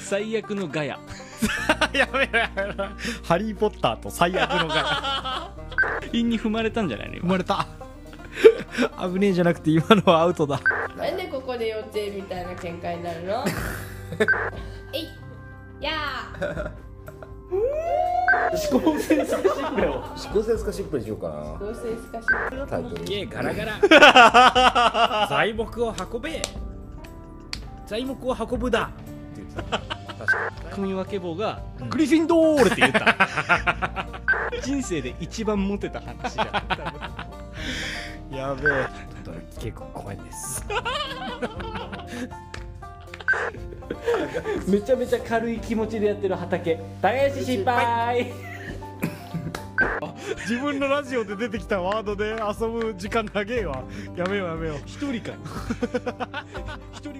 最悪のガヤやめろやめろハリー・ポッターと最悪のが陰に踏まれたんじゃないの 生今まれた危ねえじゃなくて今のはアウトだなんでここで幼稚園みたいな見解になるのえいやー思考センスカシップを思考センスカシップにしようかどうせ難しなタイトルゲーガラガラ 材木を運べ材木を運ぶだって言ってた組分け棒が、グリフィンドールって言った 人生で一番モテた話だったやべえ結構怖いです めちゃめちゃ軽い気持ちでやってる畑耕し失敗自分のラジオで出てきたワードで遊ぶ時間長えわやめようやめよう一人か一人